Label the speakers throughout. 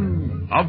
Speaker 1: of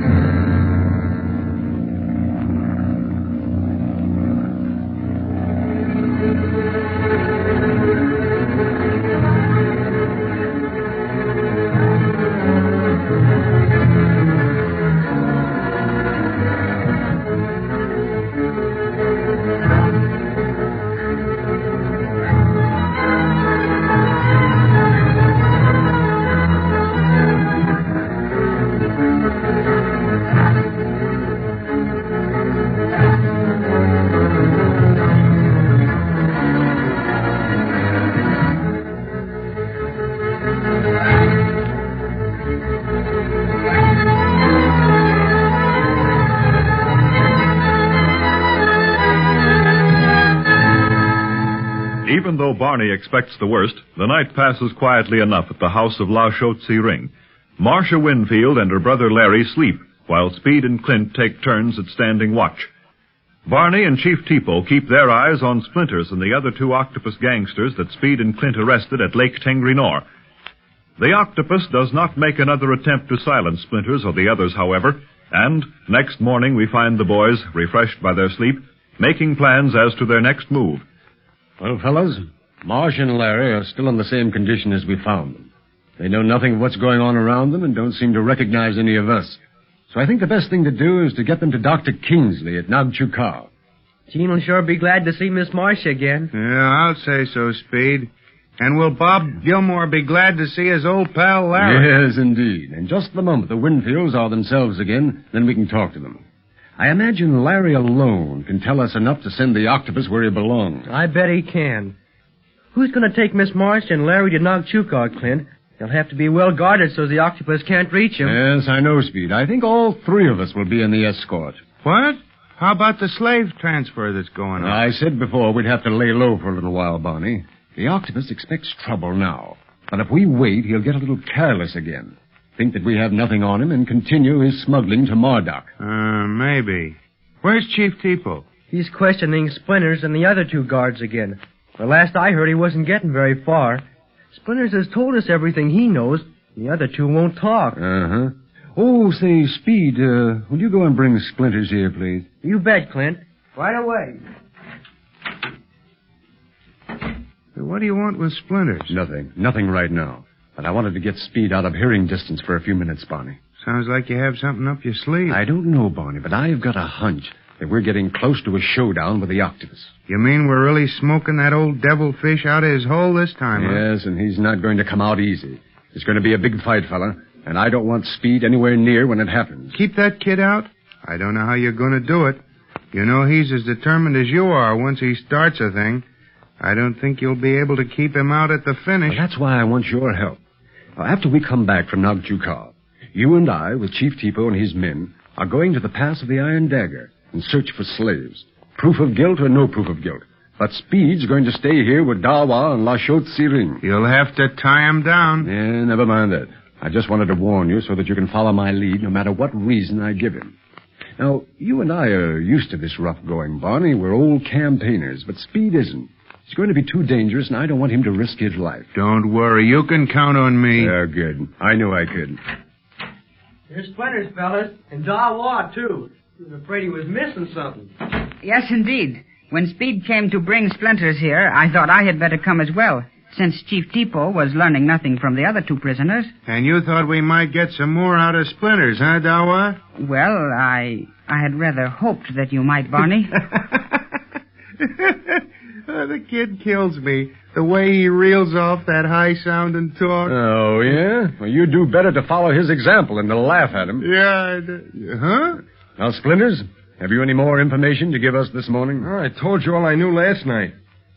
Speaker 2: zero.
Speaker 1: Even though Barney expects the worst, the night passes quietly enough at the house of La Chotzi Ring. Marcia Winfield and her brother Larry sleep, while Speed and Clint take turns at standing watch. Barney and Chief Tipo keep their eyes on Splinters and the other two octopus gangsters that Speed and Clint arrested at Lake Tengrinor. The octopus does not make another attempt to silence Splinters or the others, however, and next morning we find the boys, refreshed by their sleep, making plans as to their next move.
Speaker 3: Well, fellows, Marsh and Larry are still in the same condition as we found them. They know nothing of what's going on around them and don't seem to recognize any of us. So I think the best thing to do is to get them to Dr. Kingsley at Nagchukar.
Speaker 4: Gene will sure be glad to see Miss Marcia again.
Speaker 5: Yeah, I'll say so, Speed. And will Bob Gilmore be glad to see his old pal Larry?
Speaker 3: Yes, indeed. And just the moment the Winfields are themselves again, then we can talk to them. I imagine Larry alone can tell us enough to send the octopus where he belongs.
Speaker 4: I bet he can. Who's going to take Miss Marcia and Larry to Nagchukar, Clint? They'll have to be well guarded so the octopus can't reach him.
Speaker 3: Yes, I know, Speed. I think all three of us will be in the escort.
Speaker 5: What? How about the slave transfer that's going on?
Speaker 3: I said before we'd have to lay low for a little while, Barney. The octopus expects trouble now. But if we wait, he'll get a little careless again. Think that we have nothing on him and continue his smuggling to Marduk.
Speaker 5: Uh, maybe. Where's Chief Tipo?
Speaker 4: He's questioning Splinters and the other two guards again. But last I heard, he wasn't getting very far. Splinters has told us everything he knows. and The other two won't talk.
Speaker 3: Uh-huh. Oh, say, Speed, uh, will you go and bring Splinters here, please?
Speaker 4: You bet, Clint. Right away.
Speaker 5: What do you want with Splinters?
Speaker 3: Nothing. Nothing right now. But I wanted to get Speed out of hearing distance for a few minutes, Barney.
Speaker 5: Sounds like you have something up your sleeve.
Speaker 3: I don't know, Barney, but I've got a hunch that we're getting close to a showdown with the octopus.
Speaker 5: You mean we're really smoking that old devilfish out of his hole this time, huh?
Speaker 3: Yes, and he's not going to come out easy. It's going to be a big fight, fella, and I don't want Speed anywhere near when it happens.
Speaker 5: Keep that kid out? I don't know how you're going to do it. You know he's as determined as you are once he starts a thing. I don't think you'll be able to keep him out at the finish.
Speaker 3: Well, that's why I want your help. Now, after we come back from Nagchukar, you and I, with Chief Tipo and his men, are going to the Pass of the Iron Dagger and search for slaves. Proof of guilt or no proof of guilt. But Speed's going to stay here with Dawa and Lashot Siring.
Speaker 5: You'll have to tie him down.
Speaker 3: Yeah, Eh, never mind that. I just wanted to warn you so that you can follow my lead no matter what reason I give him. Now, you and I are used to this rough going, Barney. We're old campaigners, but Speed isn't. It's going to be too dangerous, and I don't want him to risk his life.
Speaker 5: Don't worry. You can count on me.
Speaker 3: Yeah, good. I knew I could.
Speaker 4: Here's Splinters, fellas, and Dawa, too. He was afraid he was missing something.
Speaker 6: Yes, indeed. When Speed came to bring Splinters here, I thought I had better come as well, since Chief Tipo was learning nothing from the other two prisoners.
Speaker 5: And you thought we might get some more out of Splinters, huh, Dawa?
Speaker 6: Well, I I had rather hoped that you might, Barney.
Speaker 5: Oh, the kid kills me. The way he reels off that high sounding talk.
Speaker 3: Oh, yeah? Well, you do better to follow his example than to laugh at him.
Speaker 5: yeah, I d- huh?
Speaker 3: Now, Splinters, have you any more information to give us this morning?
Speaker 7: Oh, I told you all I knew last night.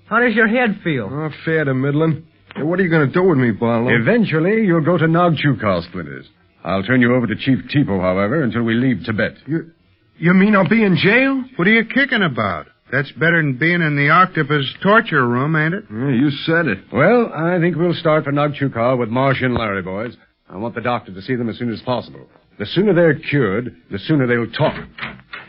Speaker 4: How does your head feel?
Speaker 7: Oh, fair to middling. Hey, what are you going to do with me, Barlow?
Speaker 3: Eventually, you'll go to Nagchukar, Splinters. I'll turn you over to Chief Tipo, however, until we leave Tibet.
Speaker 7: you mean I'll be in jail?
Speaker 5: What are you kicking about? That's better than being in the octopus torture room, ain't it?
Speaker 7: Yeah, you said it.
Speaker 3: Well, I think we'll start for Nagchukar with Marsh and Larry, boys. I want the doctor to see them as soon as possible. The sooner they're cured, the sooner they'll talk.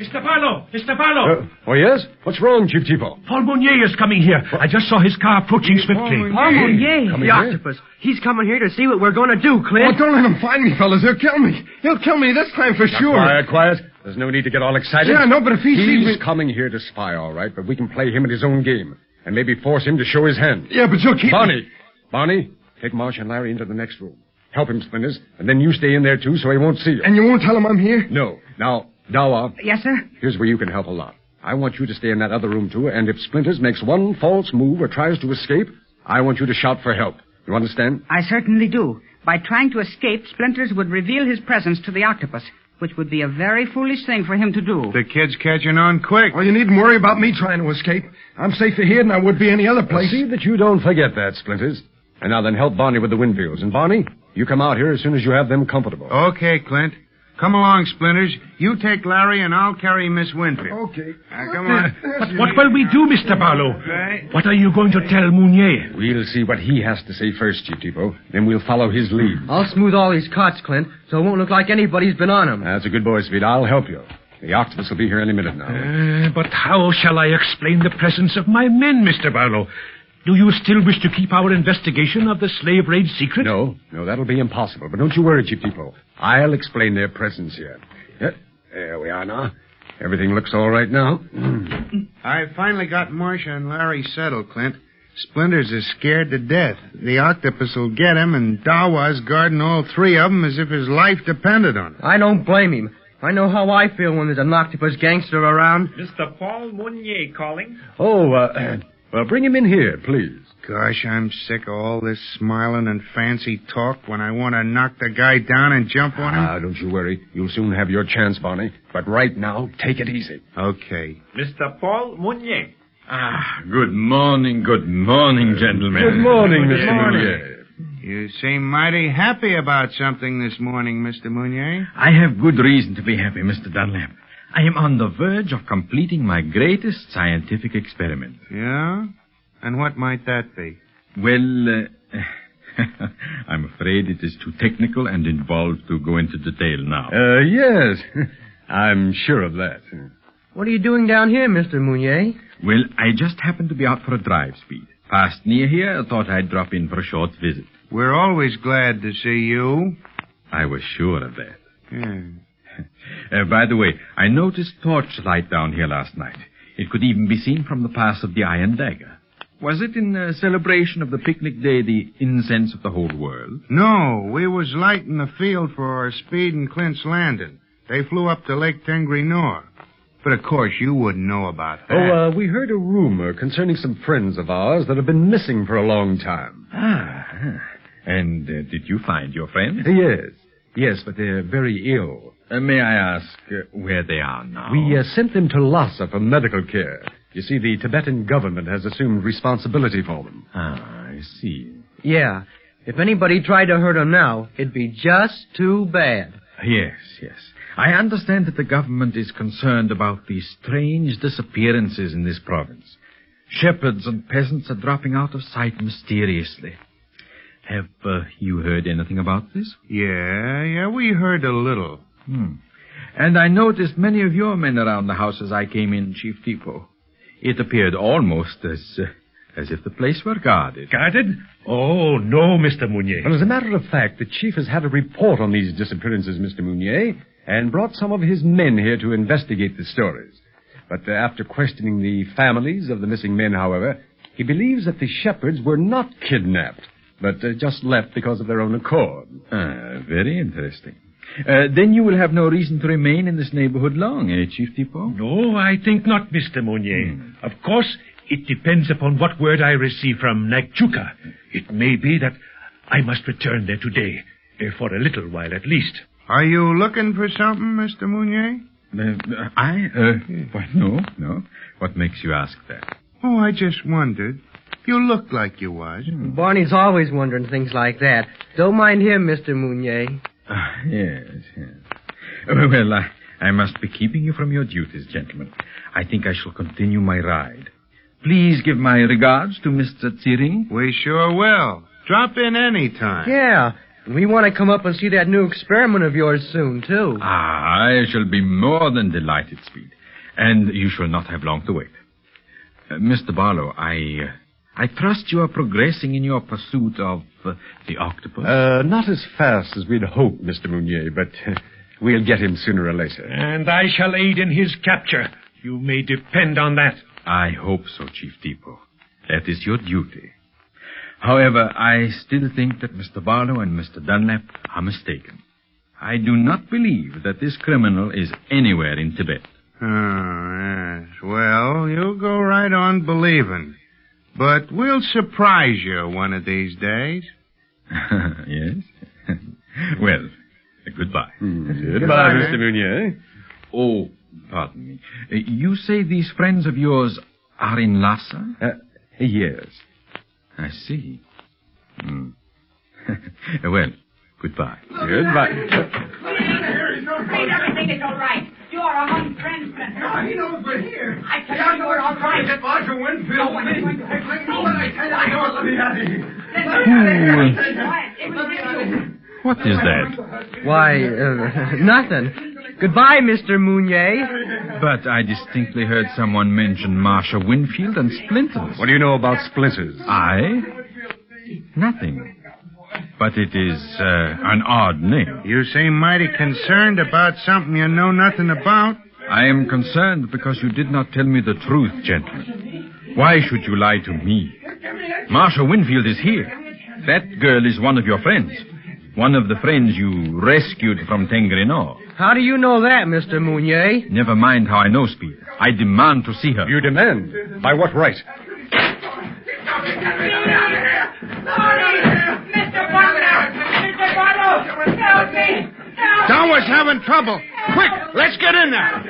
Speaker 8: Mr. Barlow! Mr. Barlow!
Speaker 7: Uh, oh, yes? What's wrong, Chief Tipo?
Speaker 8: Paul Mounier is coming here. I just saw his car approaching swiftly.
Speaker 4: Oh, yay!
Speaker 7: Coming
Speaker 4: The
Speaker 7: here?
Speaker 4: octopus. He's coming here to see what we're going to do,
Speaker 7: Oh,
Speaker 4: Clint.
Speaker 7: don't let him find me, fellas. He'll kill me. He'll kill me this time for sure.
Speaker 3: Quiet, quiet. There's no need to get all excited.
Speaker 7: Yeah, I know, but if he sees
Speaker 3: He's
Speaker 7: me...
Speaker 3: coming here to spy, all right, but we can play him at his own game and maybe force him to show his hand.
Speaker 7: Yeah, but you'll keep me.
Speaker 3: Barney, Barney, take Marsh and Larry into the next room. Help him, Splinters, and then you stay in there too so he won't see you.
Speaker 7: And you won't tell him I'm here?
Speaker 3: No. Now, Dawa,
Speaker 6: Yes, sir?
Speaker 3: here's where you can help a lot. I want you to stay in that other room too, and if Splinters makes one false move or tries to escape, I want you to shout for help. You understand?
Speaker 6: I certainly do. By trying to escape, Splinters would reveal his presence to the octopus, which would be a very foolish thing for him to do.
Speaker 5: The kid's catching on quick.
Speaker 7: Well, you needn't worry about me trying to escape. I'm safer here than I would be any other place.
Speaker 3: See that you don't forget that, Splinters. And now then, help Barney with the windmills. And Barney, you come out here as soon as you have them comfortable.
Speaker 5: Okay, Clint. Come along, Splinters. You take Larry, and I'll carry Miss Winfield.
Speaker 7: Okay.
Speaker 5: Now, come on.
Speaker 7: But
Speaker 8: What will we do, Mr. Barlow?
Speaker 5: Right.
Speaker 8: What are you going to tell Mounier?
Speaker 3: We'll see what he has to say first, Chief Depot. Then we'll follow his lead.
Speaker 4: I'll smooth all these cots, Clint, so it won't look like anybody's been on them.
Speaker 3: That's a good boy, Speed. I'll help you. The octopus will be here any minute now.
Speaker 8: Uh, but how shall I explain the presence of my men, Mr. Barlow? Do you still wish to keep our investigation of the slave raid secret?
Speaker 3: No, no, that'll be impossible. But don't you worry, Chief Depot. I'll explain their presence here. Yeah, there we are now. Everything looks all right now.
Speaker 5: I finally got Marcia and Larry settled, Clint. Splinters is scared to death. The octopus will get him, and Dawa's guarding all three of 'em as if his life depended on it.
Speaker 4: I don't blame him. I know how I feel when there's an octopus gangster around.
Speaker 9: Mr. Paul Mounier calling.
Speaker 3: Oh, uh, well, bring him in here, please.
Speaker 5: Gosh, I'm sick of all this smiling and fancy talk when I want to knock the guy down and jump on him.
Speaker 3: Ah, don't you worry. You'll soon have your chance, Barney. But right now, take it easy.
Speaker 5: Okay.
Speaker 9: Mr. Paul Mounier.
Speaker 7: Ah, good morning, good morning, gentlemen.
Speaker 3: Mr.
Speaker 5: morning.
Speaker 3: Mounier.
Speaker 5: You seem mighty happy about something this morning, Mr. Mounier.
Speaker 7: I have good reason to be happy, Mr. Dunlap. I am on the verge of completing my greatest scientific experiment.
Speaker 5: Yeah? And what might that be?
Speaker 7: Well, uh, I'm afraid it is too technical and involved to go into detail now.
Speaker 3: Uh, yes. I'm sure of that.
Speaker 4: What are you doing down here, Mr. Mounier?
Speaker 7: Well, I just happened to be out for a drive, Speed. Passed near here, thought I'd drop in for a short visit.
Speaker 5: We're always glad to see you.
Speaker 7: I was sure of that.
Speaker 5: Yeah.
Speaker 7: Uh, by the way, I noticed torchlight down here last night. It could even be seen from the pass of the Iron Dagger. Was it in uh, celebration of the picnic day, the incense of the whole world?
Speaker 5: No, we was lighting the field for our Speed and Clint's landing. They flew up to Lake Tengrinor. But of course you wouldn't know about that.
Speaker 3: Oh, uh, we heard a rumor concerning some friends of ours that have been missing for a long time.
Speaker 7: Ah. And uh, did you find your friend?
Speaker 3: Uh, Yes, yes, but they're very ill.
Speaker 7: Uh, may I ask uh, where they are now?
Speaker 3: We uh, sent them to Lhasa for medical care. You see, the Tibetan government has assumed responsibility for them.
Speaker 7: Ah, I see.
Speaker 4: Yeah. If anybody tried to hurt him now, it'd be just too bad.
Speaker 7: Yes, yes. I understand that the government is concerned about these strange disappearances in this province. Shepherds and peasants are dropping out of sight mysteriously. Have uh, you heard anything about this?
Speaker 5: Yeah, yeah, we heard a little.
Speaker 7: Hmm. And I noticed many of your men around the house as I came in, Chief Tipo. It appeared almost as uh, as if the place were guarded.
Speaker 8: Guarded? Oh, no, Mr. Mounier.
Speaker 3: Well, as a matter of fact, the chief has had a report on these disappearances, Mr. Mounier, and brought some of his men here to investigate the stories. But uh, after questioning the families of the missing men, however, he believes that the shepherds were not kidnapped, but uh, just left because of their own accord.
Speaker 7: Ah, very interesting. Uh, then you will have no reason to remain in this neighborhood long, eh, Chief Hmm. Tipo?
Speaker 8: No, I think not, Mr. Mounier. Of course, it depends upon what word I receive from Nakchuka. It may be that I must return there today, eh, for a little while at least.
Speaker 5: Are you looking for something, Mr. Mounier?
Speaker 7: Uh, I? Uh, why, no, no. What makes you ask that?
Speaker 5: Oh, I just wondered. You looked like you was.
Speaker 3: Hmm.
Speaker 4: Barney's always wondering things like that. Don't mind him, Mr. Mounier.
Speaker 7: Ah, yes, yes. Uh, well, I, I must be keeping you from your duties, gentlemen. I think I shall continue my ride. Please give my regards to Mr. Tsiring.
Speaker 5: We sure will. Drop in any time.
Speaker 4: Yeah. And we want to come up and see that new experiment of yours soon, too.
Speaker 3: Ah, I shall be more than delighted, Speed. And you shall not have long to wait. Uh, Mr. Barlow, I, uh, I trust you are progressing in your pursuit of uh, the octopus.
Speaker 10: Uh, not as fast as we'd hoped, Mr. Mounier, but uh, we'll get him sooner or later.
Speaker 11: And I shall aid in his capture. You may depend on that.
Speaker 3: I hope so, Chief Depot. That is your duty. However, I still think that Mr. Barlow and Mr. Dunlap are mistaken. I do not believe that this criminal is anywhere in Tibet.
Speaker 5: Oh, yes. Well, you go right on believing. But we'll surprise you one of these days.
Speaker 3: yes? well, goodbye.
Speaker 10: Hmm. Goodbye, Mr. Mounier.
Speaker 3: Oh, pardon me. Uh, You say these friends of yours are in Lhasa?
Speaker 10: Uh, Yes.
Speaker 3: I see. Hmm. well, goodbye.
Speaker 10: Goodbye.
Speaker 12: I'm afraid everything is all right. You are among friends, Spencer. No, he knows we're here. I tell you, you're all right. That Marshal Winfield. No one is going to hurt you. No one I tell you, I know. Let me out of here. It was you.
Speaker 3: What is that?
Speaker 4: Why, uh, nothing. Goodbye, Mr. Mounier.
Speaker 3: But I distinctly heard someone mention Marsha Winfield and Splinters.
Speaker 10: What do you know about splinters?
Speaker 3: I? Nothing. But it is uh, an odd name.
Speaker 5: You seem mighty concerned about something you know nothing about.
Speaker 3: I am concerned because you did not tell me the truth, gentlemen. Why should you lie to me? Marsha Winfield is here. That girl is one of your friends. One of the friends you rescued from Tengrinor.
Speaker 4: How do you know that, Mr. Mounier?
Speaker 3: Never mind how I know, Speed. I demand to see her.
Speaker 10: You demand. By what right?
Speaker 12: Get out of here. Sorry. Mr. Butler. Mr. Butler. Help me. Help.
Speaker 5: Dawa's having trouble. Quick, let's get in there.